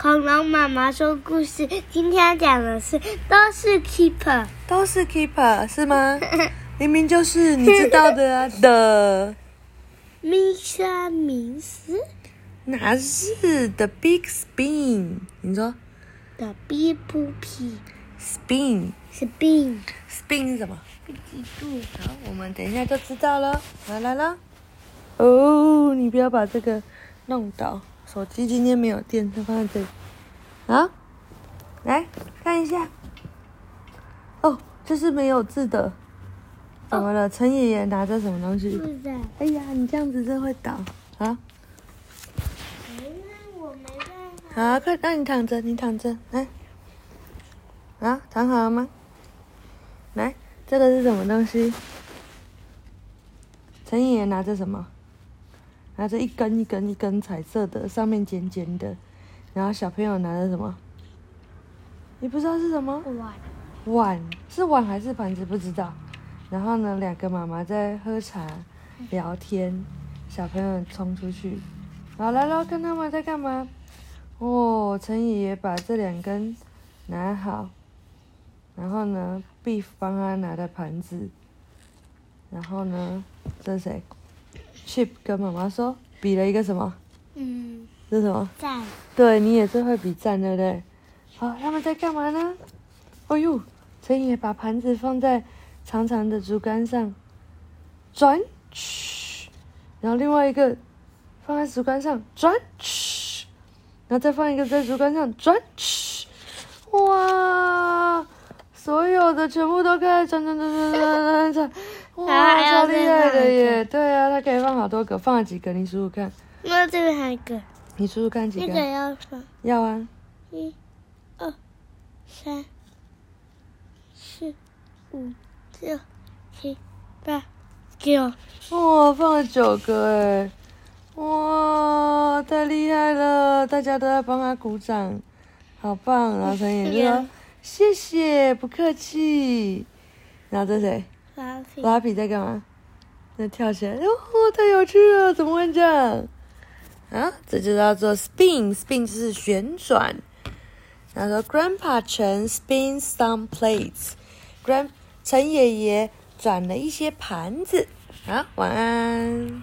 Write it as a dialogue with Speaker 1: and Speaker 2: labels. Speaker 1: 恐龙妈妈说故事，今天讲的是都是 keeper。
Speaker 2: 都是 keeper 是吗？明明就是你知道的啊的，
Speaker 1: 米莎明斯
Speaker 2: 哪是 the big spin？你说
Speaker 1: 的 B 不 P
Speaker 2: spin
Speaker 1: 是 bin
Speaker 2: spin 是什么？
Speaker 1: 不嫉妒。
Speaker 2: 好，我们等一下就知道了。来来了，哦，你不要把这个弄倒，手机今天没有电，就放在这里。啊，来看一下。哦，这是没有字的。怎么了？陈爷爷拿着什么东西？
Speaker 1: 是的，
Speaker 2: 哎呀，你这样子真会倒啊！
Speaker 1: 因为我没办法。
Speaker 2: 好，快，让你躺着，你躺着，来，啊，躺好了吗？来，这个是什么东西？陈爷爷拿着什么？拿着一根一根一根彩色的，上面尖尖的，然后小朋友拿着什么？你不知道是什么？
Speaker 1: 哇，
Speaker 2: 碗是碗还是盘子不知道。然后呢，两个妈妈在喝茶聊天，小朋友冲出去，好来喽，看他们在干嘛。哦，陈爷爷把这两根拿好，然后呢，Beef 帮他拿的盘子，然后呢，这是谁？Chip 跟妈妈说比了一个什么？
Speaker 1: 嗯，
Speaker 2: 这是什么？
Speaker 1: 赞，
Speaker 2: 对你也最会比赞，对不对？好，他们在干嘛呢？哦呦，陈野把盘子放在长长的竹竿上，转，嘘，然后另外一个放在竹竿上转，嘘，然后再放一个在竹竿上转，嘘，哇，所有的全部都开始转转转转转转转，哇，超厉害的耶！对啊，它可以放好多个，放了几个？你数数看，
Speaker 1: 那这边还有一个，
Speaker 2: 你数数看几
Speaker 1: 那个要放
Speaker 2: 要啊。
Speaker 1: 一、二、三、四、五、六、七、八、九。
Speaker 2: 哇，放了九个哎，哇，太厉害了！大家都在帮他鼓掌，好棒！然后陈也就说
Speaker 1: 嗯：“
Speaker 2: 谢谢，不客气。”然后这谁？
Speaker 1: 拉菲
Speaker 2: 拉比在干嘛？在跳起来，哟、哦，太有趣了！怎么会这样？啊，这就叫做 spin，spin 就是旋转。然后说 Grandpa 陈 spin some plates，Grand 陈爷爷转了一些盘子。好，晚安。